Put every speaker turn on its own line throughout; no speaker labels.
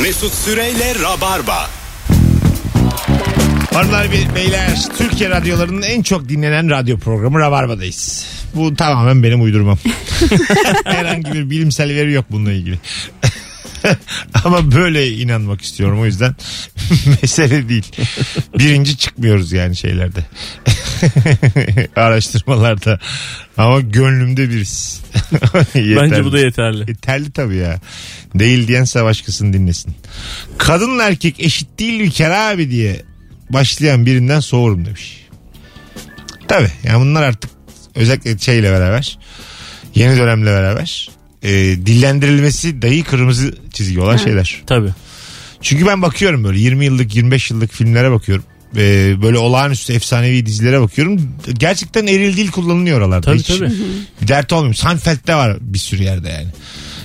Mesut Süreyle Rabarba.
Hanımlar ve beyler Türkiye radyolarının en çok dinlenen radyo programı Rabarba'dayız. Bu tamamen benim uydurmam. Herhangi bir bilimsel veri yok bununla ilgili. Ama böyle inanmak istiyorum o yüzden mesele değil. Birinci çıkmıyoruz yani şeylerde. Araştırmalarda. Ama gönlümde biriz.
Bence bu
Yeterli.
da yeterli.
E, telli tabii ya. Değil diyen savaşkısını dinlesin. Kadınla erkek eşit değil bir kere abi diye başlayan birinden soğurum demiş. Tabii yani bunlar artık özellikle şeyle beraber yeni dönemle beraber e, dillendirilmesi dahi kırmızı çizgi olan şeyler.
Tabii.
Çünkü ben bakıyorum böyle 20 yıllık 25 yıllık filmlere bakıyorum. E, böyle olağanüstü efsanevi dizilere bakıyorum. Gerçekten eril dil kullanılıyor oralarda.
Tabii
Hiç-
tabii.
bir dert olmuyor. Seinfeld'de var bir sürü yerde yani.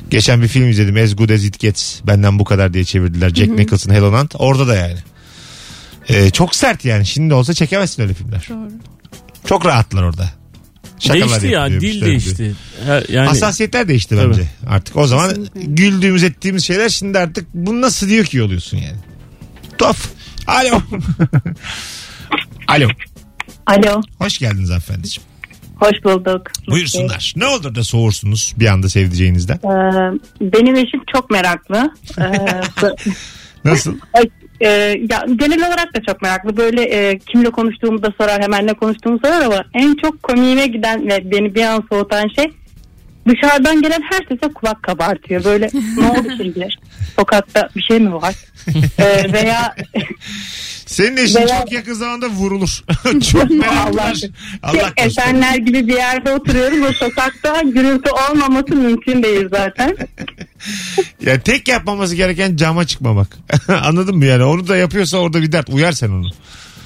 Geçen bir film izledim. As Good As It Gets. Benden bu kadar diye çevirdiler. Jack Nicholson, Helen Hunt. Orada da yani. Ee, çok sert yani. Şimdi olsa çekemezsin öyle filmler. Çok rahatlar orada. Şakalar
değişti ya
yapılıyor, bir
dil
şeyler
değişti. Ha, Yani
Hassasiyetler değişti
Tabii.
bence artık. O zaman
Kesinlikle.
güldüğümüz ettiğimiz şeyler şimdi artık bu nasıl diyor ki oluyorsun yani. Tuhaf. Alo. Alo.
Alo,
Hoş geldiniz hanımefendiciğim.
hoş bulduk.
Buyursunlar. Ne olur da soğursunuz bir anda sevdiceğinizden.
Ee, benim eşim çok meraklı. Ee,
Nasıl?
e, ya genel olarak da çok meraklı. Böyle e, kimle konuştuğumu da sorar, hemen ne konuştuğumu sorar ama en çok komiğime giden ve beni bir an soğutan şey dışarıdan gelen her sese kulak kabartıyor. Böyle ne oldu şimdi? Sokakta bir şey mi var? Ee, veya
Senin eşin
Veya-
çok yakın zamanda vurulur. çok meraklılar. Allah
şey,
korusun.
Esenler gibi bir yerde oturuyorum ve sokakta gürültü olmaması mümkün değil zaten.
Ya tek yapmaması gereken cama çıkmamak. Anladın mı yani? Onu da yapıyorsa orada bir dert. Uyar sen onu.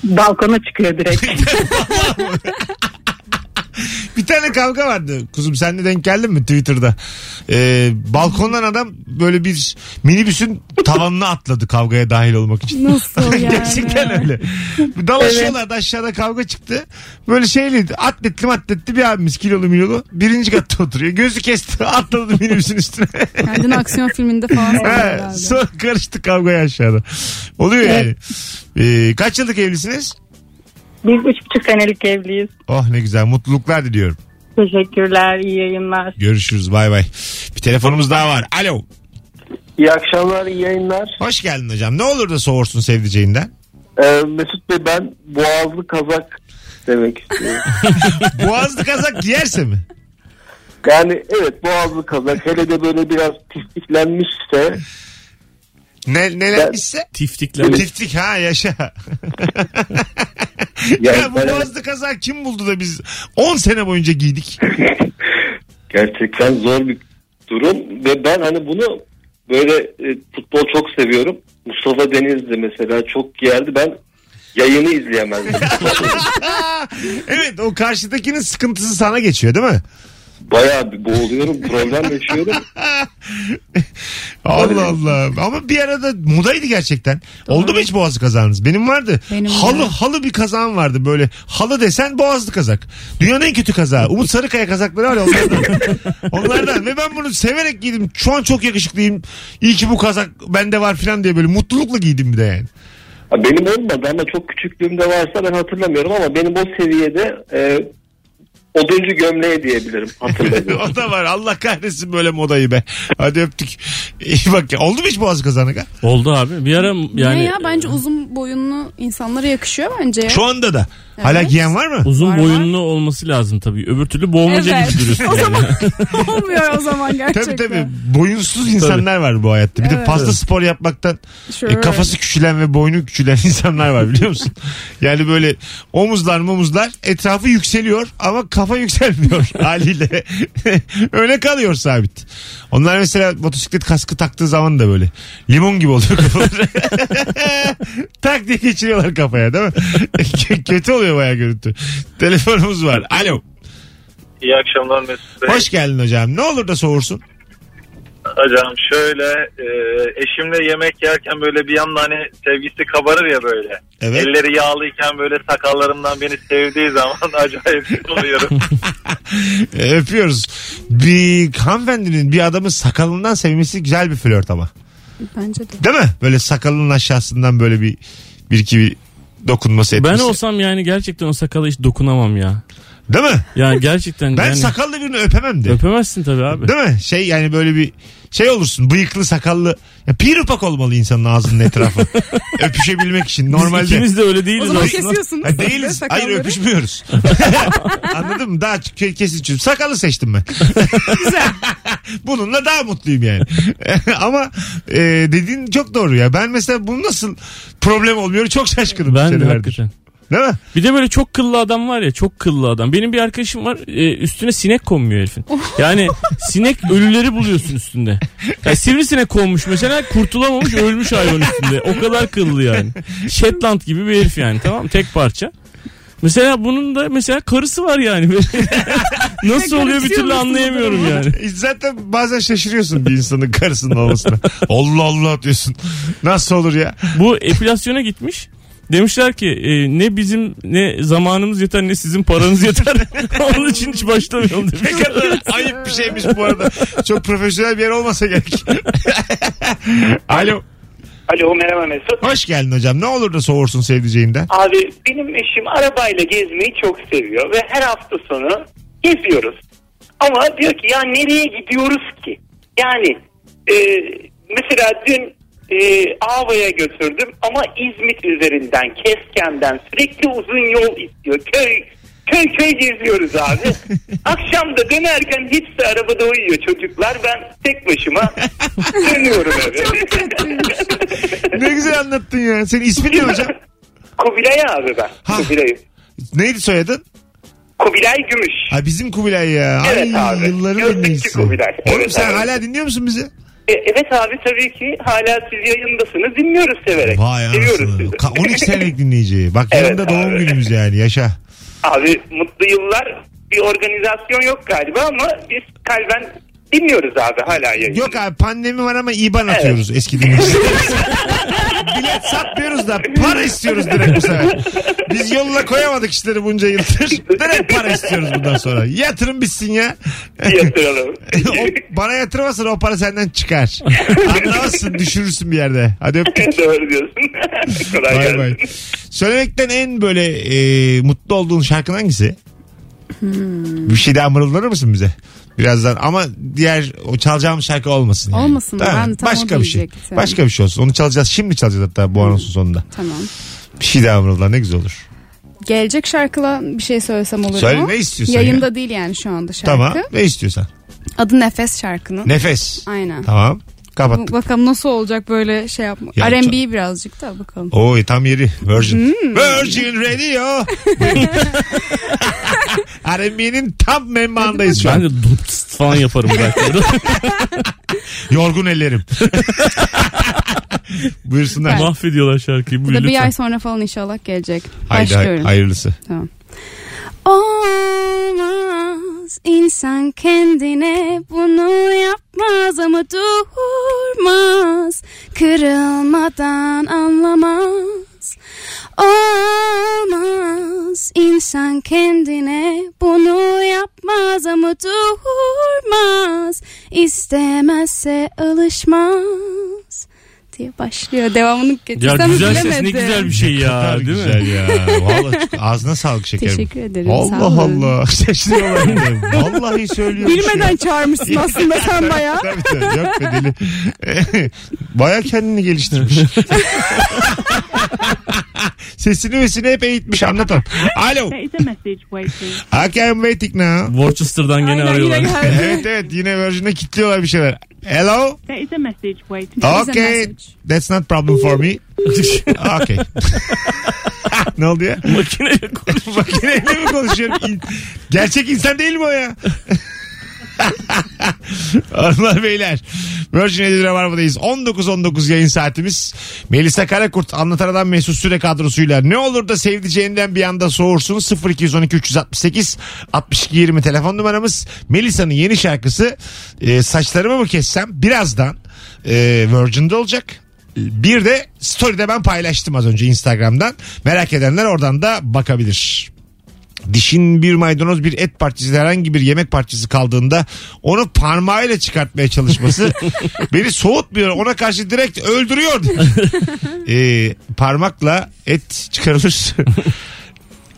Balkona çıkıyor direkt.
Bir tane kavga vardı. Kuzum sen de denk geldin mi Twitter'da? Ee, balkondan adam böyle bir minibüsün tavanına atladı kavgaya dahil olmak için.
Nasıl yani?
Gerçekten öyle. Dalaşıyorlardı aşağıda kavga çıktı. Böyle şeyli atletli atletli bir abimiz kilolu milolu. Birinci katta oturuyor. Gözü kesti atladı minibüsün üstüne.
Yani dün aksiyon filminde falan
He,
söylüyorlardı.
sonra karıştı kavgaya aşağıda. Oluyor yani. Ee, kaç yıllık evlisiniz?
Biz üç buçuk senelik evliyiz.
Oh ne güzel mutluluklar diliyorum.
Teşekkürler, iyi yayınlar.
Görüşürüz bay bay. Bir telefonumuz daha var. Alo.
İyi akşamlar, iyi yayınlar.
Hoş geldin hocam. Ne olur da soğursun sevdiceğinden.
Ee, Mesut Bey ben boğazlı kazak demek istiyorum.
Boğazlı kazak giyerse mi?
yani evet boğazlı kazak hele de böyle biraz pisliklenmişse
Ne, nelermişse?
tiftikler.
Tiftik ha yaşa.
yani
ya bu
ben-
boğazlı kazak kim buldu da biz 10 sene boyunca giydik.
gerçekten zor bir durum ve ben hani bunu böyle e, futbol çok seviyorum. Mustafa Denizli mesela çok giyerdi ben yayını izleyemezdim.
evet o karşıdakinin sıkıntısı sana geçiyor değil mi?
Bayağı bir boğuluyorum problem yaşıyorum.
Allah Allah. Ama bir arada modaydı gerçekten. Oldu mu hiç boğazlı kazağınız? Benim vardı.
Benim de.
halı halı bir kazağım vardı böyle. Halı desen boğazlı kazak. Dünyanın en kötü kazağı. Umut Sarıkaya kazakları var ya onlardan. onlardan. Ve ben bunu severek giydim. Şu an çok yakışıklıyım. İyi ki bu kazak bende var falan diye böyle mutlulukla giydim bir de yani.
Ha, Benim olmadı ama çok küçüklüğümde varsa ben hatırlamıyorum ama benim o seviyede e, oduncu gömleği diyebilirim hatırlamıyorum.
o da var. Allah kahretsin böyle modayı be. Hadi öptük. İyi bak ya. Oldu mu hiç boğazlı kazanı?
Oldu abi. Bir ara yani
ne ya bence uzun boyunlu insanlara yakışıyor bence. ya.
Şu anda da. Hala
Evet.
giyen var mı?
uzun
Var,
boyunlu olması lazım tabii. Öbür türlü boğmaca
Evet.
gibi duruyorsun.
o
yani.
zaman olmuyor o zaman
Tabii
gerçekten.
tabii. Boyunsuz insanlar var bu hayatta. Bir de
Evet.
fazla spor yapmaktan
Sure.
e, kafası küçülen ve boynu küçülen insanlar var biliyor musun? yani böyle omuzlar momuzlar etrafı yükseliyor ama kafa yükselmiyor haliyle. Öyle kalıyor sabit. Onlar mesela motosiklet kaskı taktığı zaman da böyle limon gibi oluyor kafaları. tak diye geçiriyorlar kafaya değil mi? K- Kötü oluyor bayağı görüntü. Telefonumuz var. Alo.
İyi akşamlar Mesut Bey.
Hoş geldin hocam. Ne olur da soğursun.
Hocam şöyle e, eşimle yemek yerken böyle bir yandan hani sevgisi kabarır ya böyle.
Evet.
Elleri yağlıyken böyle sakallarımdan beni sevdiği zaman acayip oluyorum.
E, Öpüyoruz. Bir hanımefendinin bir adamın sakalından sevmesi güzel bir flört ama.
Bence de.
Değil mi? Böyle sakalının aşağısından böyle bir bir iki bir dokunması etmesi.
Ben olsam yani gerçekten o sakala hiç dokunamam ya.
Değil mi?
Yani gerçekten
Ben
yani
sakallı birini öpemem de.
öpemezsin tabii abi.
Değil mi? Şey yani böyle bir şey olursun bıyıklı sakallı. Ya pir upak olmalı insanın ağzının etrafı. Öpüşebilmek için
Biz
normalde.
ikimiz de öyle
O
değiliz
zaman
aslında.
kesiyorsunuz.
Ha, değiliz. Hayır
Sakalları.
öpüşmüyoruz. Anladın mı? Daha ke- kesin çünkü. Sakalı seçtim ben. Bununla daha mutluyum yani. Ama e, dediğin çok doğru ya. Ben mesela bunu nasıl problem olmuyor çok şaşkınım.
Ben de
senelerdir.
hakikaten.
Değil mi?
Bir de böyle çok kıllı adam var ya çok kıllı adam. Benim bir arkadaşım var e, üstüne sinek konmuyor herifin. Yani sinek ölüleri buluyorsun üstünde. Yani sivrisinek konmuş mesela kurtulamamış ölmüş hayvan üstünde. O kadar kıllı yani. Shetland gibi bir herif yani tamam mı? Tek parça. Mesela bunun da mesela karısı var yani. Nasıl oluyor bir türlü
Garipsiyor musun bu
anlayamıyorum
durumu?
yani.
E, Zaten bazen şaşırıyorsun bir insanın karısının olmasına. Allah Allah diyorsun. Nasıl olur ya?
Bu epilasyona gitmiş. Demişler ki e, ne bizim ne zamanımız yeter ne sizin paranız yeter. Onun için hiç başlamayalım demiş.
Ne kadar ayıp bir şeymiş bu arada. Çok profesyonel bir yer olmasa gerek. Alo.
Alo merhaba Mesut.
Hoş geldin hocam. Ne olur da soğursun sevdiceğinden.
Abi benim eşim arabayla gezmeyi çok seviyor ve her hafta sonu geziyoruz. Ama diyor ki ya nereye gidiyoruz ki? Yani e, mesela dün e, Ava'ya götürdüm ama İzmit üzerinden, Kesken'den sürekli uzun yol istiyor. Köy köy köy geziyoruz abi. Akşam da dönerken hepsi arabada uyuyor çocuklar. Ben tek başıma dönüyorum eve.
Ne güzel anlattın ya. Senin ismin ne hocam?
Kubilay abi ben.
Ha.
Kubilay.
Neydi soyadın?
Kubilay Gümüş.
Ha bizim Kubilay ya.
Evet
Ay,
abi.
Yılların
Gözlüklü
dinleyicisi.
Kubilay.
Oğlum
Evet
sen
abi.
hala dinliyor musun bizi?
E, evet abi tabii ki hala siz yayındasınız. Dinliyoruz severek.
Vay
Seviyoruz
anasını.
sizi.
Ka- 12 senelik dinleyici. Bak
Evet
yanında doğum
abi.
günümüz yani. Yaşa.
Abi mutlu yıllar. Bir organizasyon yok galiba ama biz kalben dinliyoruz abi hala yayını.
Yok abi pandemi var ama IBAN atıyoruz eski dinleyicilere. Bilet satmıyoruz da para istiyoruz direkt bu sefer. Biz yoluna koyamadık işleri bunca yıldır. Direkt para istiyoruz bundan sonra. Yatırım bitsin ya.
Yatıralım.
o, bana yatırmasın o para senden çıkar. Anlamazsın düşürürsün bir yerde. Hadi öptük.
Doğru diyorsun. Kolay
Bay
gelsin.
bay. Söylemekten en böyle e, mutlu olduğun şarkın hangisi?
Hmm.
Bir şey daha mırıldanır mısın bize? Birazdan ama diğer o çalacağım şarkı olmasın. yani.
Olmasın, ben de tam
Başka
onu
bir şey.
diyecektim.
Başka bir şey olsun. Onu çalacağız. Şimdi çalacağız hatta bu anonsun sonunda.
Tamam.
Bir şey daha mırıldan ne güzel olur.
Gelecek şarkıla bir şey söylesem olur
Söyle,
mu?
ne istiyorsan
Yayında değil yani şu anda şarkı.
Tamam. Ne istiyorsan.
Adı Nefes şarkının.
Nefes.
Aynen.
Tamam.
Bu-
Kapattık.
Bakalım nasıl olacak böyle şey yapma.
Ya,
R&B birazcık da bakalım.
Oy tam yeri. Virgin.
Hmm.
Virgin Radio. R&B'nin tam memmanındayız şu
Şey-
an.
Ben de dupst falan yaparım belki.
Yorgun ellerim. Buyursunlar.
Ben-
Mahvediyorlar şarkıyı.
Bu
Buyur
da bir ay
lütfen.
sonra falan inşallah gelecek.
Haydi hay-
Başlıyorum.
hayırlısı.
Tamam. Olmaz insan kendine bunu yapmaz ama durmaz kırılmadan anlamaz olmaz insan kendine bunu yapmaz ama durmaz istemezse alışmaz diye başlıyor devamını
Ya
getirsem
güzel ses ne
bilemedim.
güzel bir şey ya
Kadar
değil
güzel
mi?
ya. Vallahi çok- ağzına sağlık şekerim.
Teşekkür ederim,
Allah
sağ olun.
Allah. Şaşırıyorlar. yine. Vallahi söylüyorum.
Bilmeden çağırmışsın aslında sen bayağı.
Tabii tabii. Yok be deli. Baya kendini geliştirmiş. Sesini vesini hep eğitmiş anlatan. Alo. I can waiting now.
Worcester'dan gene arıyorlar.
evet evet yine Virgin'de kilitliyorlar bir şeyler. Hello.
There is a message waiting.
is a
Okay.
message.
That's not problem for me. Okay. ne oldu ya?
Makineyle konuş.
Makineyle mi konuşuyorum? İn- Gerçek insan değil mi o ya? Hanımlar beyler. Virgin Radio Rabarba'dayız. 19-19 yayın saatimiz. Melisa Karakurt anlatan adam Mesut Süre kadrosuyla ne olur da sevdiceğinden bir anda soğursun 0212 368 62 20 telefon numaramız. Melisa'nın yeni şarkısı e, saçlarımı mı kessem birazdan e, Virgin'de olacak. E, Bir de story'de ben paylaştım az önce Instagram'dan. Merak edenler oradan da bakabilir. dişin bir maydanoz bir et parçası herhangi bir yemek parçası kaldığında onu parmağıyla çıkartmaya çalışması beni soğutmuyor. Ona karşı direkt öldürüyordu. Ee, parmakla et çıkarılır.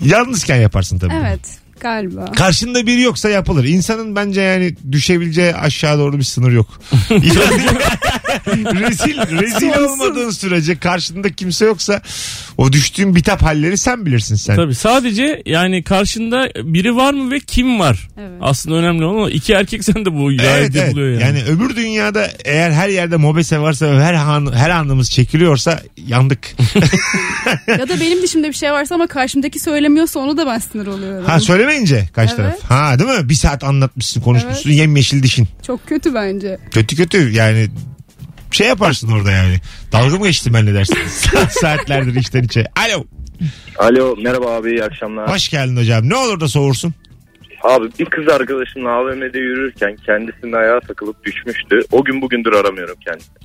Yalnızken yaparsın tabii. bunu.
Evet galiba.
Karşında biri yoksa yapılır. İnsanın bence yani düşebileceği aşağı doğru bir sınır yok. Yani rezil rezil
Sonsuz.
olmadığın sürece karşında kimse yoksa o düştüğün bitap halleri sen bilirsin sen.
Tabii sadece yani karşında biri var mı ve kim var?
Evet.
Aslında önemli olan o. iki erkek sen de bu
Evet,
hikayede
evet.
buluyor
Yani.
yani.
öbür dünyada eğer her yerde mobese varsa ve her an, her anımız çekiliyorsa yandık.
ya da benim dişimde bir şey varsa ama karşımdaki söylemiyorsa onu da ben sinir oluyorum.
Ha söylemeyince kaç
Evet.
taraf. Ha değil mi? Bir saat anlatmışsın konuşmuşsun yemyeşil dişin.
Çok kötü bence.
Kötü kötü yani şey yaparsın orada yani. Dalga mı geçtim ben ne dersin? Saatlerdir içten içe. Alo.
Alo merhaba abi iyi akşamlar.
Hoş geldin hocam. Ne olur da soğursun.
Abi bir kız arkadaşımla AVM'de yürürken kendisinin ayağa takılıp düşmüştü. O gün bugündür aramıyorum kendisini.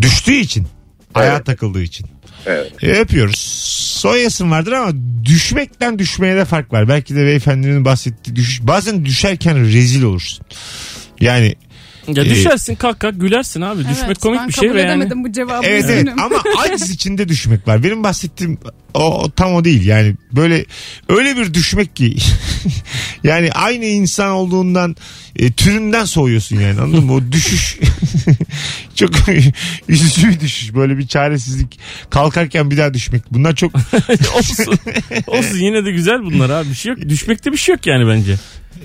Düştüğü için. Ayağa
Evet.
takıldığı için.
Evet.
E, öpüyoruz. Soyasın vardır ama düşmekten düşmeye de fark var. Belki de beyefendinin bahsettiği düşüş. Bazen düşerken rezil olursun. Yani
Ya düşersin kalk kalk gülersin abi. Düşmek
Evet,
komik
ben
bir şey
kabul
ve yani.
edemedim bu cevabı.
evet evet
üzgünüm.
ama aciz içinde düşmek var. Benim bahsettiğim o, o tam o değil. Yani böyle öyle bir düşmek ki yani aynı insan olduğundan e, türünden soğuyorsun yani anladın mı? O düşüş çok üzücü bir düşüş. Böyle bir çaresizlik kalkarken bir daha düşmek. Bunlar çok
Olsun. Olsun yine de güzel bunlar abi. Bir şey yok. Düşmekte bir şey yok yani bence.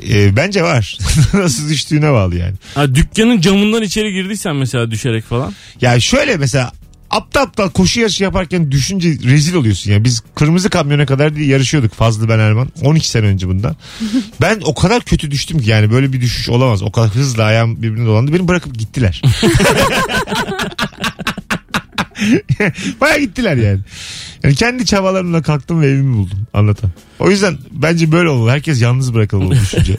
E, bence var. Nasıl düştüğüne bağlı yani.
Ha, dükkanın camından içeri girdiysen mesela düşerek falan.
Ya şöyle mesela aptal aptal koşu yarışı yaparken düşünce rezil oluyorsun ya. Biz kırmızı kamyona kadar diye yarışıyorduk Fazlı ben Erman. 12 sene önce bundan. ben o kadar kötü düştüm ki yani böyle bir düşüş olamaz. O kadar hızlı ayağım birbirine dolandı. Beni bırakıp gittiler. Baya gittiler yani. Yani kendi çabalarımla kalktım ve evimi buldum anlatan. O yüzden bence böyle olmalı. Herkes yalnız bırakılmalı bu düşünce.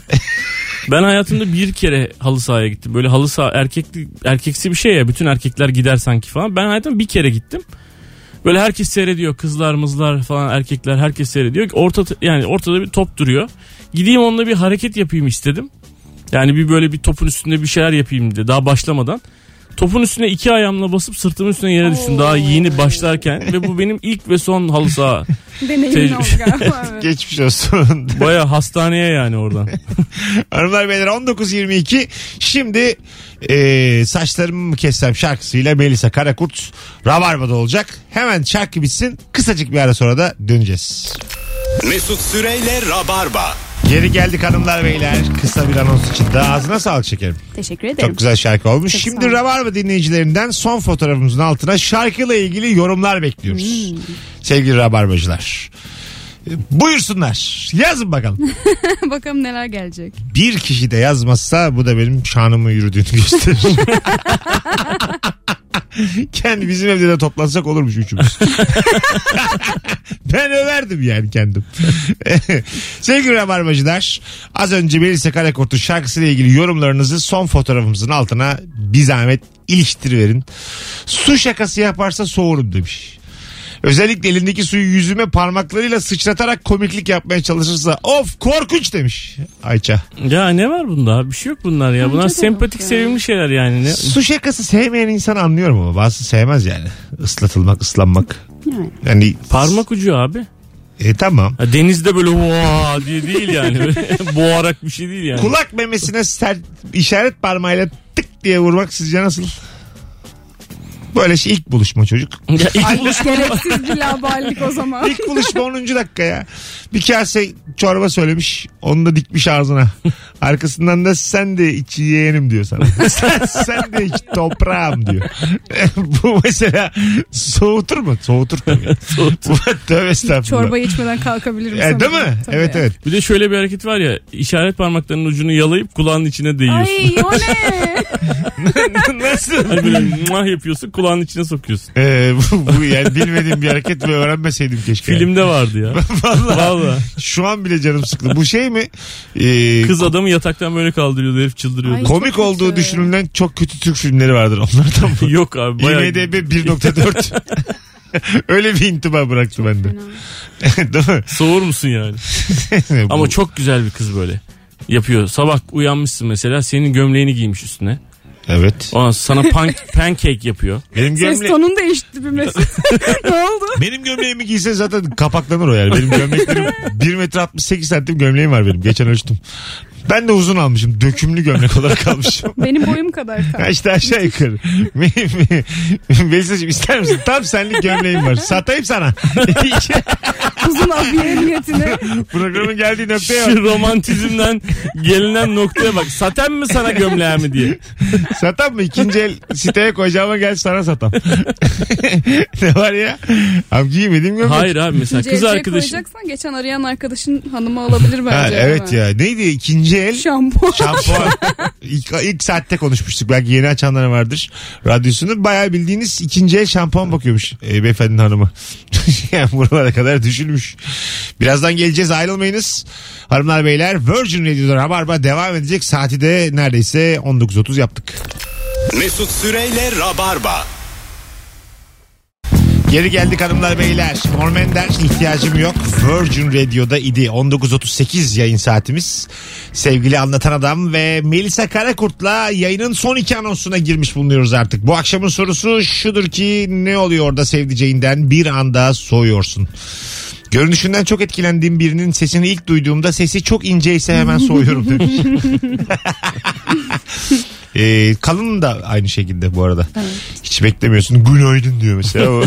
Ben hayatımda bir kere halı sahaya gittim. Böyle halı saha erkekli, erkeksi bir şey ya. Bütün erkekler gider sanki falan. Ben hayatımda bir kere gittim. Böyle herkes seyrediyor. Kızlar mızlar falan erkekler herkes seyrediyor. Orta, yani ortada bir top duruyor. Gideyim onunla bir hareket yapayım istedim. Yani bir böyle bir topun üstünde bir şeyler yapayım diye daha başlamadan. Topun üstüne iki ayağımla basıp sırtımın üstüne yere düştüm daha yeni başlarken ve bu benim ilk ve son halı saha.
Deneyimin oldu galiba. evet.
Geçmiş olsun.
Baya hastaneye yani oradan.
Hanımlar beyler 19.22 şimdi e, saçlarımı mı kessem şarkısıyla Melisa Karakurt Rabarba'da olacak. Hemen şarkı bitsin kısacık bir ara sonra da döneceğiz.
Mesut Süreyle Rabarba.
Geri geldik hanımlar beyler kısa bir anons için de ağzına sağlık şekerim.
Teşekkür ederim.
Çok güzel şarkı olmuş.
Çok sağ
şimdi
ol.
Rabarba dinleyicilerinden son fotoğrafımızın altına şarkıyla ilgili yorumlar bekliyoruz.
Hmm.
Sevgili Rabarbacılar. E, Buyursunlar. Yazın bakalım.
Bakalım neler gelecek.
bir kişi de yazmazsa bu da benim şanımı yürüdüğünü gösterir. Kendi bizim evde de toplansak olurmuş üçümüz. ben överdim yani kendim. Sevgili Rabarbacılar az önce Melisa Karakurt'un şarkısıyla ilgili yorumlarınızı son fotoğrafımızın altına bir zahmet iliştiriverin. Su şakası yaparsa soğurum demiş. Özellikle elindeki suyu yüzüme parmaklarıyla sıçratarak komiklik yapmaya çalışırsa of korkunç demiş Ayça.
Ya ne var bunda? Bir şey yok bunlar ya. Bunlar
Bence de
sempatik,
yok ya.
sevimli şeyler yani. Ne?
Su şakası sevmeyen insan anlıyorum ama bazısı sevmez yani. Islatılmak, ıslanmak.
Yani.
Yani
Parmak ucu abi.
E tamam.
Ha, denizde böyle vaa diye değil yani. Böyle Boğarak bir şey değil yani.
Kulak memesine ser, işaret parmağıyla tık diye vurmak sizce nasıl? Böyle şey ilk buluşma çocuk.
Ya ilk buluşma
Gereksiz bir laballik o zaman.
İlk buluşma 10. dakika ya. Bir kase çorba söylemiş. Onu da dikmiş ağzına. Arkasından da sen de içi yeğenim diyor sana. sen, sen de iç toprağım diyor. Bu mesela soğutur mu? Soğutur tabii. Soğutur. Tövbe estağfurullah.
Çorba içmeden kalkabilirim
E,
sanırım.
değil mi?
Tabii.
evet evet.
bir de şöyle bir hareket var ya. işaret parmaklarının ucunu yalayıp kulağın içine değiyorsun.
Ay o ne?
Nasıl?
Hani böyle muah yapıyorsun kulağın içine sokuyorsun.
Ee, bu, bu yani bilmediğim bir hareket ve öğrenmeseydim keşke.
Filmde vardı ya.
Vallahi
Valla.
şu an bile canım sıktı. Bu şey mi? Ee,
Kız adamı yataktan böyle kaldırıyordu herif çıldırıyordu.
Ay.
komik
Çok
olduğu
kötü.
düşünülen çok kötü Türk filmleri vardır onlardan bu.
Yok abi bayağı.
IMDB 1.4 Öyle bir intiba bıraktı bende. Değil mi?
Soğur musun yani? Ama
Bu-
çok güzel bir kız böyle. Yapıyor. Sabah uyanmışsın mesela senin gömleğini giymiş üstüne.
Evet.
Ondan sonra pank- pancake yapıyor.
Benim
Ses
gömle
tonunu değişti bir mesut. ne oldu?
benim gömleğimi giyse zaten kapaklanır o yani. Benim gömleklerim 1 metre 68 santim gömleğim var benim. Geçen ölçtüm. Ben de uzun almışım. Dökümlü gömlek olarak almışım.
Benim boyum kadar.
Ya işte aşağı yukarı. Melisa'cığım ister misin? Tam senlik gömleğim var. Satayım sana.
Uzun abiye niyetine.
Programın geldiği noktaya bak.
Şu romantizmden gelinen noktaya bak. Saten mi sana gömleği mi diye.
Satam mı? İkinci el siteye koyacağıma gel sana satam. ne var ya? Abi giymedim gömlek.
Hayır abi mesela kız
CC
arkadaşın.
koyacaksan geçen arayan arkadaşın hanımı alabilir bence.
Ha,
değil
evet
mi?
ya. Neydi? İkinci el
Şampuan.
şampuan. ilk, ilk saatte konuşmuştuk. Belki yeni açanlar vardır radyosunu. Bayağı bildiğiniz ikinci el şampuan bakıyormuş e, beyefendinin hanımı. yani buralara kadar düşülmüş. Birazdan geleceğiz ayrılmayınız. Hanımlar beyler Virgin Radio'da Rabarba devam edecek. Saati de neredeyse 19.30 yaptık.
Mesut Süreyle Rabarba.
Geri geldik hanımlar beyler. Normender ihtiyacım yok. Virgin Radio'da idi. 19.38 yayın saatimiz. Sevgili Anlatan Adam ve Melisa Karakurt'la yayının son iki anonsuna girmiş bulunuyoruz artık. Bu akşamın sorusu şudur ki ne oluyor da sevdiceğinden bir anda soğuyorsun? Görünüşünden çok etkilendiğim birinin sesini ilk duyduğumda sesi çok ince ise hemen soğuyorum demiş. Ee, kalın da aynı şekilde bu arada. Hiç beklemiyorsun. Günaydın diyor mesela. O-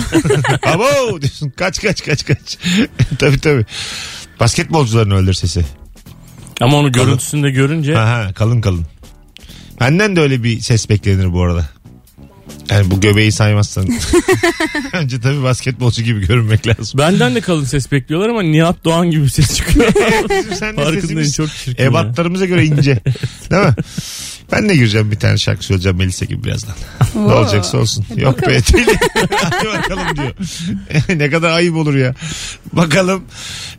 Abo diyorsun. Kaç kaç kaç kaç. tabii tabii. Basketbolcuların öldür sesi.
Ama onu görüntüsünde görünce
Aha, kalın kalın. Benden de öyle bir ses beklenir bu arada. Yani bu göbeği saymazsan. Önce tabii basketbolcu gibi görünmek lazım.
benden de kalın ses bekliyorlar ama Nihat Doğan gibi bir ses çıkıyor.
Bizim sen de
Farkındayım
sesimiz
çok çirkin. ya.
ebatlarımıza göre ince. Değil mi? Ben de gireceğim bir tane şarkı söyleyeceğim Melisa gibi birazdan. Ne olacaksa olsun. Yok be deli. Hadi bakalım diyor. ne kadar ayıp olur ya. Bakalım.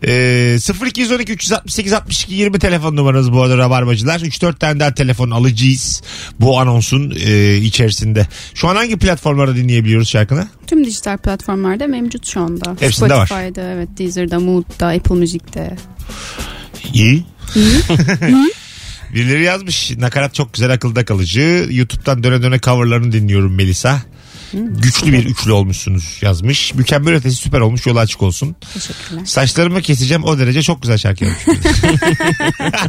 Ee, 0212 368 62 20 telefon numaranız bu arada Rabarbacılar. 3-4 tane daha telefon alacağız bu anonsun e, içerisinde. Şu an hangi platformlarda dinleyebiliyoruz şarkını?
Tüm dijital platformlarda mevcut şu anda.
Hepsinde var.
Spotify'da, evet, Deezer'da, Mood'da, Apple Music'te.
İyi. Birileri yazmış. Nakarat çok güzel akılda kalıcı. YouTube'dan döne döne coverlarını dinliyorum Melisa. Güçlü bir üçlü olmuşsunuz yazmış. Mükemmel ötesi süper olmuş yolu açık olsun.
Teşekkürler.
Saçlarımı keseceğim o derece çok güzel şarkı yapmış.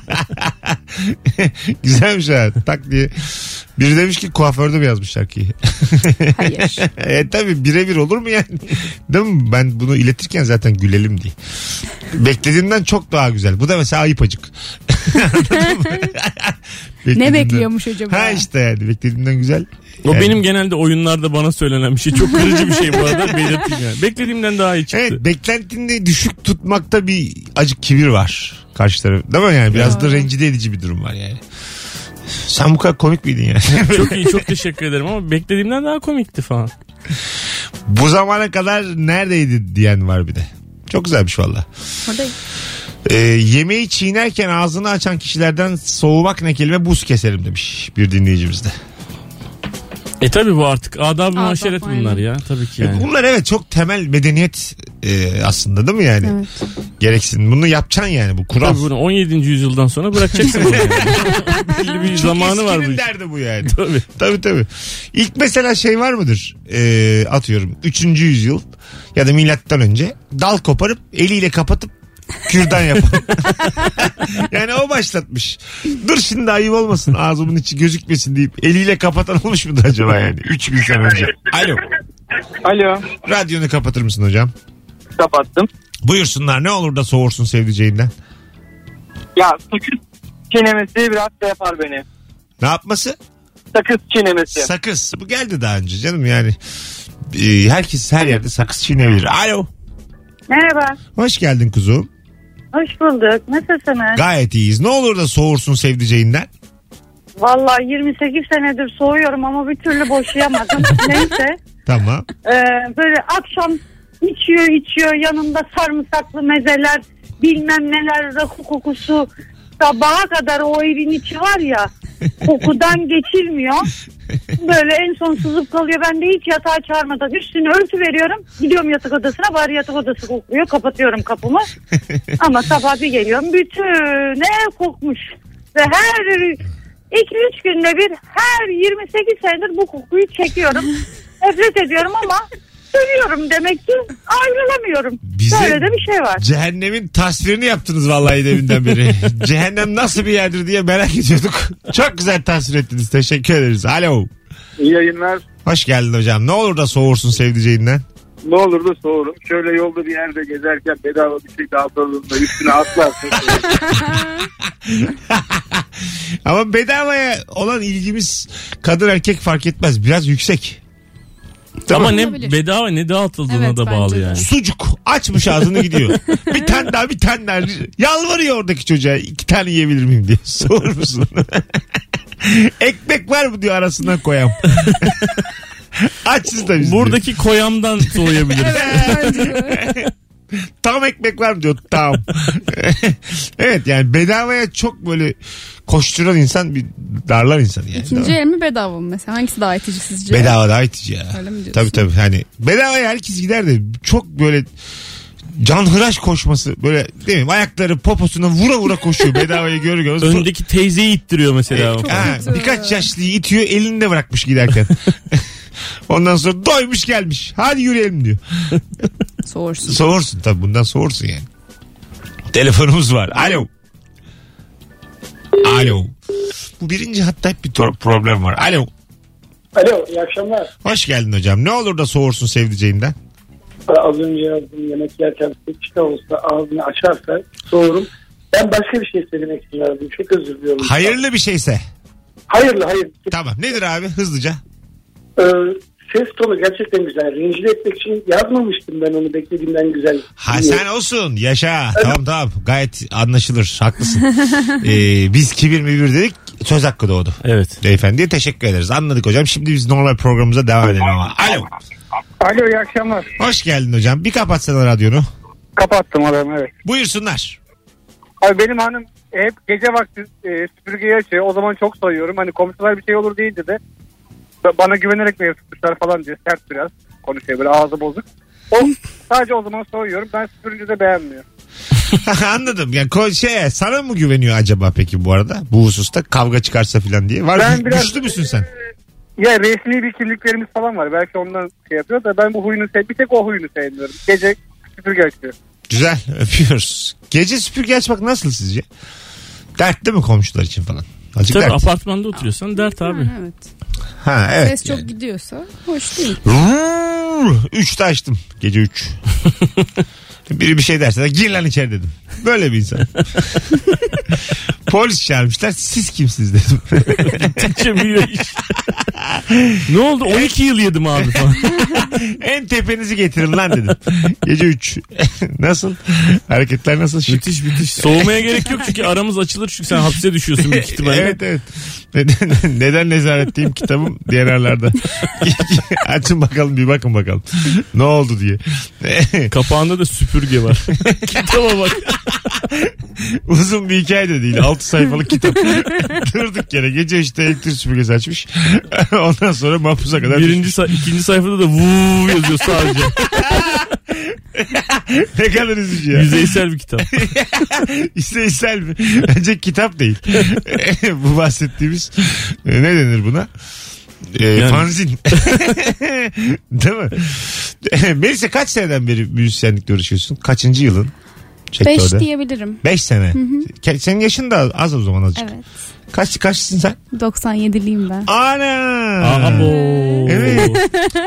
Güzelmiş ha tak diye. Biri demiş ki kuaförde mi yazmış şarkıyı?
Hayır.
e tabi birebir olur mu yani? Değil mi? Ben bunu iletirken zaten gülelim diye. Beklediğimden çok daha güzel. Bu da mesela ayıp acık. Anladın mı? Beklediğimden-
ne bekliyormuş acaba?
Ha işte yani beklediğimden güzel.
O
Yani-
benim genelde oyunlarda bana söylenen bir şey. Çok kırıcı bir şey bu arada belirteyim yani. Beklediğimden daha iyi çıktı.
Evet beklentini düşük tutmakta bir acık kibir var karşı taraf. Değil mi yani? Biraz da rencide edici bir durum var yani. Sen bu kadar komik miydin yani?
Çok iyi çok teşekkür ederim ama beklediğimden daha komikti falan.
bu zamana kadar neredeydi diyen var bir de. Çok güzelmiş valla.
Oradayım.
Ee, yemeği çiğnerken ağzını açan kişilerden soğumak ne kelime buz keserim demiş bir dinleyicimiz de.
E tabi bu artık adab ve
Adab,
maşeret
aynen.
bunlar ya tabii ki yani.
E, Bunlar evet çok temel medeniyet e, aslında değil mi yani? Gereksin. Bunu yapacaksın yani bu kural.
Tabii bunu 17. yüzyıldan sonra bırakacaksın. bunu yani. Belli bir
Çok
zamanı var bu
eskinin
işin.
derdi bu yani.
Tabii.
Tabii tabii. İlk mesela şey var mıdır? Ee, atıyorum 3. yüzyıl ya da milattan önce dal koparıp eliyle kapatıp kürdan yapan. yani o başlatmış. Dur şimdi ayıp olmasın ağzımın içi gözükmesin deyip eliyle kapatan olmuş mudur acaba yani? 3000 sene önce. Alo.
Alo.
Radyonu kapatır mısın hocam?
Kapattım.
Buyursunlar ne olur da soğursun sevdiceğinden.
Ya sakız çiğnemesi biraz şey yapar beni.
Ne yapması?
Sakız çiğnemesi.
Sakız. Bu geldi daha önce canım yani. Ee, herkes her yerde sakız çiğnebilir. Alo.
Merhaba.
Hoş geldin kuzum.
Hoş bulduk. Nasılsınız?
Gayet iyiyiz. Ne olur da soğursun sevdiceğinden.
Vallahi 28 senedir soğuyorum ama bir türlü boşayamadım. Neyse.
Tamam.
Ee, böyle akşam içiyor içiyor yanında sarımsaklı mezeler bilmem neler rakı kokusu
sabaha kadar o evin içi var ya kokudan geçilmiyor. Böyle en son sızıp kalıyor. Ben de hiç yatağa çağırmadan üstünü örtü veriyorum. Gidiyorum yatak odasına bari yatak odası kokluyor. Kapatıyorum kapımı. Ama sabah bir geliyorum bütün ev kokmuş. Ve her 2-3 günde bir her 28 senedir bu kokuyu çekiyorum. Nefret ediyorum ama seviyorum demek ki ayrılamıyorum.
Bize-
Böyle de bir şey var.
Cehennemin tasvirini yaptınız vallahi deminden beri. Cehennem nasıl bir yerdir diye merak ediyorduk. Çok güzel tasvir ettiniz. Teşekkür ederiz. Alo.
İyi yayınlar.
Hoş geldin hocam. Ne olur da soğursun sevdiceğinden.
Ne olur da soğurum. Şöyle yolda bir yerde gezerken bedava bir şey dağıtıldığında üstüne atlarsın.
Ama bedavaya olan ilgimiz kadın erkek fark etmez. Biraz yüksek.
Ama ne
Olabilir.
bedava ne dağıtıldığına
Evet,
da bağlı
bence de.
yani.
Sucuk açmış ağzını gidiyor. bir tane daha bir tane daha. Yalvarıyor oradaki çocuğa iki tane yiyebilir miyim diye. Soğur musun? Ekmek var mı diyor arasından koyam. Açız da biz diyor.
Buradaki koyamdan soğuyabiliriz.
tam ekmek var mı diyor tam. evet yani bedavaya çok böyle koşturan insan bir darlar insanı yani.
İkinci el mi bedava mı mesela? Hangisi daha itici sizce?
Bedava daha itici ya.
Öyle mi diyorsun?
Tabii tabii hani bedavaya herkes gider de çok böyle canhıraş koşması böyle değil mi ayakları poposuna vura vura koşuyor bedavayı görür görmez.
Öndeki teyzeyi ittiriyor mesela.
Ha,
kötü.
birkaç yaşlıyı itiyor elinde bırakmış giderken. Ondan sonra doymuş gelmiş. Hadi yürüyelim diyor.
Soğursun.
Soğursun tabii bundan soğursun yani. Telefonumuz var. Alo. Alo. Bu birinci hatta hep bir tor- problem var. Alo.
Alo iyi akşamlar.
Hoş geldin hocam. Ne olur da soğursun sevdiceğinden.
Az önce yazdım yemek yerken sıkışta olsa ağzını açarsa soğurum. Ben başka bir şey söylemek için aradım. Çok özür diliyorum.
Hayırlı bir şeyse.
Hayırlı hayır.
Tamam. Nedir abi? Hızlıca.
Ee, ses tonu gerçekten güzel. Rencide etmek için yazmamıştım ben onu beklediğimden güzel.
Ha sen olsun. Yaşa. Tamam tamam. Gayet anlaşılır. Haklısın. Ee, biz kibir mibir dedik. Söz hakkı doğdu.
Evet.
Beyefendiye teşekkür ederiz. Anladık hocam. Şimdi biz normal programımıza devam edelim ama. Alo.
Alo iyi akşamlar.
Hoş geldin hocam. Bir kapatsana radyonu.
Kapattım adamı evet.
Buyursunlar.
Abi benim hanım hep gece vakti e, süpürgeyi açıyor. O zaman çok sayıyorum. Hani komşular bir şey olur deyince de ba- bana güvenerek mi ev tutmuşlar falan diye sert biraz konuşuyor böyle ağzı bozuk. O sadece o zaman soyuyorum. Ben süpürünce de beğenmiyor.
Anladım. Yani ko- şey, sana mı güveniyor acaba peki bu arada? Bu hususta kavga çıkarsa falan diye. Var
Ben
gü-
biraz-
güçlü müsün sen?
Ya resmi bir kimliklerimiz falan var. Belki ondan şey yapıyor da ben bu huyunu sev bir tek o huyunu sevmiyorum. Gece süpürge açıyor.
Güzel öpüyoruz. Gece süpürge açmak nasıl sizce? Dertli mi komşular için falan? Azıcık
Tabii
dert.
apartmanda oturuyorsan dert abi.
Yani evet.
Ha evet.
Ses çok gidiyorsa hoş değil.
Ruuu, Üçte açtım. Gece üç. Biri bir şey derse de gir lan içeri dedim. Böyle bir insan. Polis çağırmışlar. Siz kimsiniz dedim.
Gittikçe büyüyor iş. ne oldu? 12 yıl yedim abi falan.
en tepenizi getirin lan dedim. Gece üç. nasıl? Hareketler nasıl? Şık.
müthiş müthiş. Soğumaya gerek yok çünkü aramız açılır çünkü sen hapse düşüyorsun büyük ihtimalle.
Evet evet. Neden, neden nezaretteyim kitabım DNR'larda. Açın bakalım bir bakın bakalım. Ne oldu diye.
Kapağında da süpürge var. Kitaba bak.
Uzun bir hikaye de değil. 6 sayfalık kitap. Durduk yere. Gece işte elektrik süpürgesi açmış. Ondan sonra mahpusa kadar.
Birinci, sa- ikinci sayfada da vuu yazıyor sadece.
düşmüş. ne kadar üzücü ya.
Yüzeysel bir kitap.
İsteysel mi? Bence kitap değil. Bu bahsettiğimiz e, ne denir buna? E,
Yani.
Fanzin. değil mi? E, Melisa kaç seneden beri müzisyenlikle uğraşıyorsun? Kaçıncı yılın?
Beş
sektörde?
diyebilirim.
Beş sene. Ke- Senin yaşın da az o zaman azıcık.
Evet.
Kaç kaçsın sen?
97'liyim ben.
Ana!
Aa, bu.
Evet.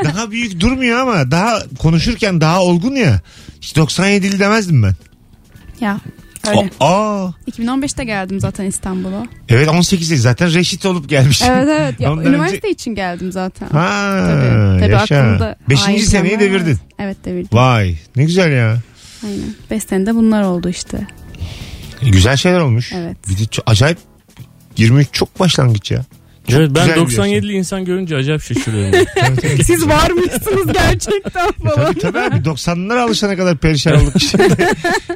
daha büyük durmuyor ama daha konuşurken daha olgun ya. Hiç 97'li demezdim ben.
Ya öyle.
A- Aa.
2015'te geldim zaten İstanbul'a.
Evet 18'li zaten reşit olup gelmiş.
Evet evet. Ya,
Ondan
üniversite
önce-
için geldim zaten.
Ha,
Tabii, tabii
yaşa.
aklımda.
Beşinci
ailem
seneyi
var.
devirdin.
Evet devirdim.
Vay ne güzel ya.
Aynen. Beş senede bunlar oldu işte.
E, Güzel şeyler olmuş.
Evet.
Bir şey. de çok, acayip 23 çok başlangıç ya. Çok
Evet, ben
güzel
97'li insan görünce acayip şaşırıyorum.
Siz var mısınız gerçekten falan.
Tabii tabii abi 90'lara alışana kadar perişan olduk şimdi.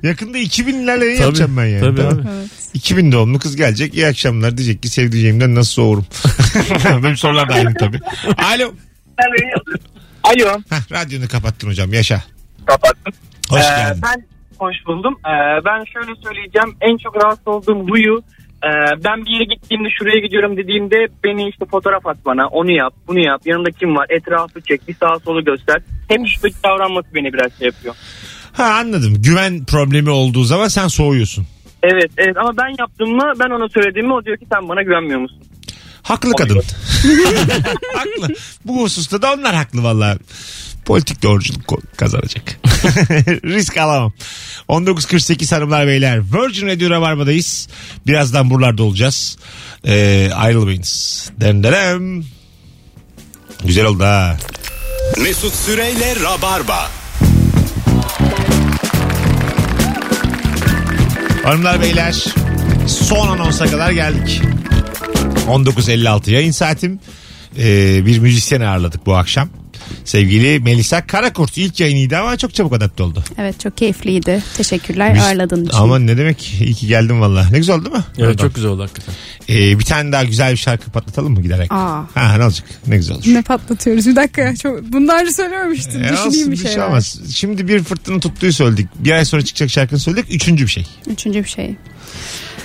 Yakında 2000'lerle ne yapacağım ben yani?
tabii
tamam
abi.
mı? 2000 doğumlu kız gelecek iyi akşamlar diyecek ki sevdiceğimden nasıl soğurum? Benim sorular da aynı tabii. Alo.
Alo.
Heh, radyonu kapattın hocam yaşa.
Kapattım.
Hoş
Ee,
geldin.
Ben hoş buldum. Ee, ben şöyle söyleyeceğim. En çok rahatsız olduğum huyu e, ben bir yere gittiğimde şuraya gidiyorum dediğimde beni işte fotoğraf at bana. Onu yap, bunu yap. Yanında kim var? Etrafı çek. Bir sağa solu göster. Hem şüpheci davranması beni biraz şey yapıyor.
Ha anladım. Güven problemi olduğu zaman sen soğuyorsun.
Evet, evet ama ben yaptım mı ben ona söyledim mi o diyor ki sen bana güvenmiyor musun?
Haklı kadın. haklı. Bu hususta da onlar haklı valla. Politik doğruculuk ko- kazanacak. Risk alamam. 19.48 hanımlar beyler. Virgin Radio Rabarba'dayız. Birazdan buralarda olacağız. Ee, ayrılmayınız. Dem dem. Güzel oldu ha.
Mesut Süreyle Rabarba.
Hanımlar beyler son anonsa kadar geldik. 19.56 yayın saatim. Ee, bir müzisyen ağırladık bu akşam. Sevgili Melisa Karakurt ilk yayınıydı ama çok çabuk adapte oldu.
Evet çok keyifliydi. Teşekkürler
Biz-
ağırladığın için.
Ama ne demek iyi ki geldin valla. Ne güzel oldu mu?
evet çok güzel oldu hakikaten.
Ee, bir tane daha güzel bir şarkı patlatalım mı giderek?
Aa.
Ha ne olacak? Ne güzel olur.
Ne patlatıyoruz bir dakika ya. Çok... Bunu daha önce söylememiştim.
Ee,
Düşüneyim
olsun,
bir şey.
olmaz. Şimdi bir fırtına tuttuğu söyledik. Bir ay sonra çıkacak şarkını söyledik. Üçüncü bir şey.
Üçüncü bir şey.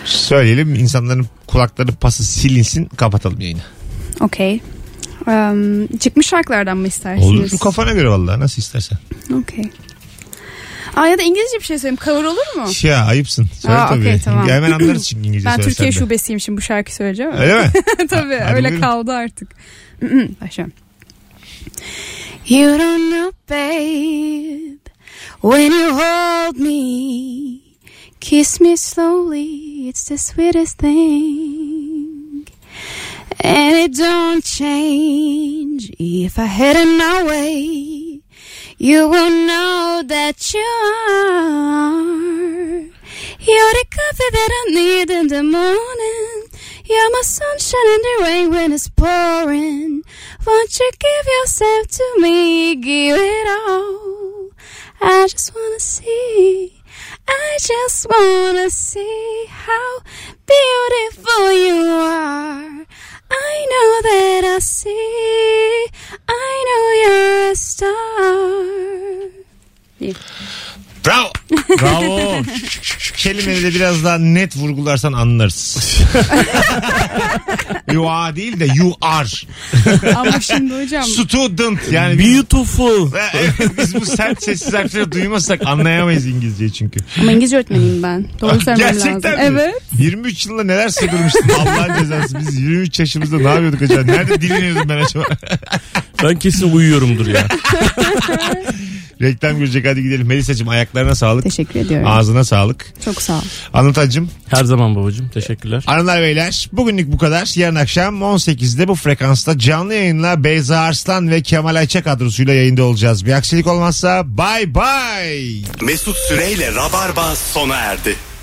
Söyleyelim insanların kulakları pası silinsin kapatalım yayını.
Okey. Em, çıkmış şarkılardan mı
Olur.
istersiniz?
Bu kafana göre vallahi nasıl istersen.
Okey.
Aa ya da İngilizce bir şey söyleyeyim. Cover olur mu?
Şey Ya ayıpsın. Söyle
Aa,
tabii.
okey, tamam.
Hemen anlarız çünkü İngilizce
ben
söylesen
Türkiye
de.
şubesiyim şimdi bu şarkı söyleyeceğim. ama.
Öyle mi?
Tabii
Ha- hadi
öyle
buyurun.
kaldı artık. Başlıyorum.
You don't know, babe, when you hold me. Kiss me slowly, it's the sweetest thing. And it don't change if I had it my way. You will know that you are. You're the coffee that I need in the morning. You're my sunshine in the rain when it's pouring. Won't you give yourself to me? Give it all. I just wanna see. I just wanna see how beautiful you are. I know that I see. I know you're a star.
Bravo. Bravo. Kelimeleri de biraz daha net vurgularsan anlarız. you are değil de you are.
Ama şimdi hocam.
Student yani.
Beautiful.
Evet, biz bu sert sessiz harfleri duymasak anlayamayız İngilizceyi çünkü.
Ama İngilizce öğretmeniyim ben. Doğru söylemem lazım.
Ah, Gerçekten mi?
Evet.
23 yılda neler sığdırmıştın Allah'ın cezası. Biz 23 yaşımızda ne yapıyorduk acaba? Nerede dinleniyordum ben acaba?
Ben kesin uyuyorumdur ya.
Reklam görecek hadi gidelim. Melisa'cığım ayaklarına sağlık.
Teşekkür ediyorum.
Ağzına sağlık.
Çok sağ ol.
Anlatacığım.
Her zaman babacığım teşekkürler.
Hanımlar beyler bugünlük bu kadar. Yarın akşam 18'de bu frekansta canlı yayınla Beyza Arslan ve Kemal Ayça kadrosuyla yayında olacağız. Bir aksilik olmazsa bay bay.
Mesut Süreyle Rabarba sona erdi.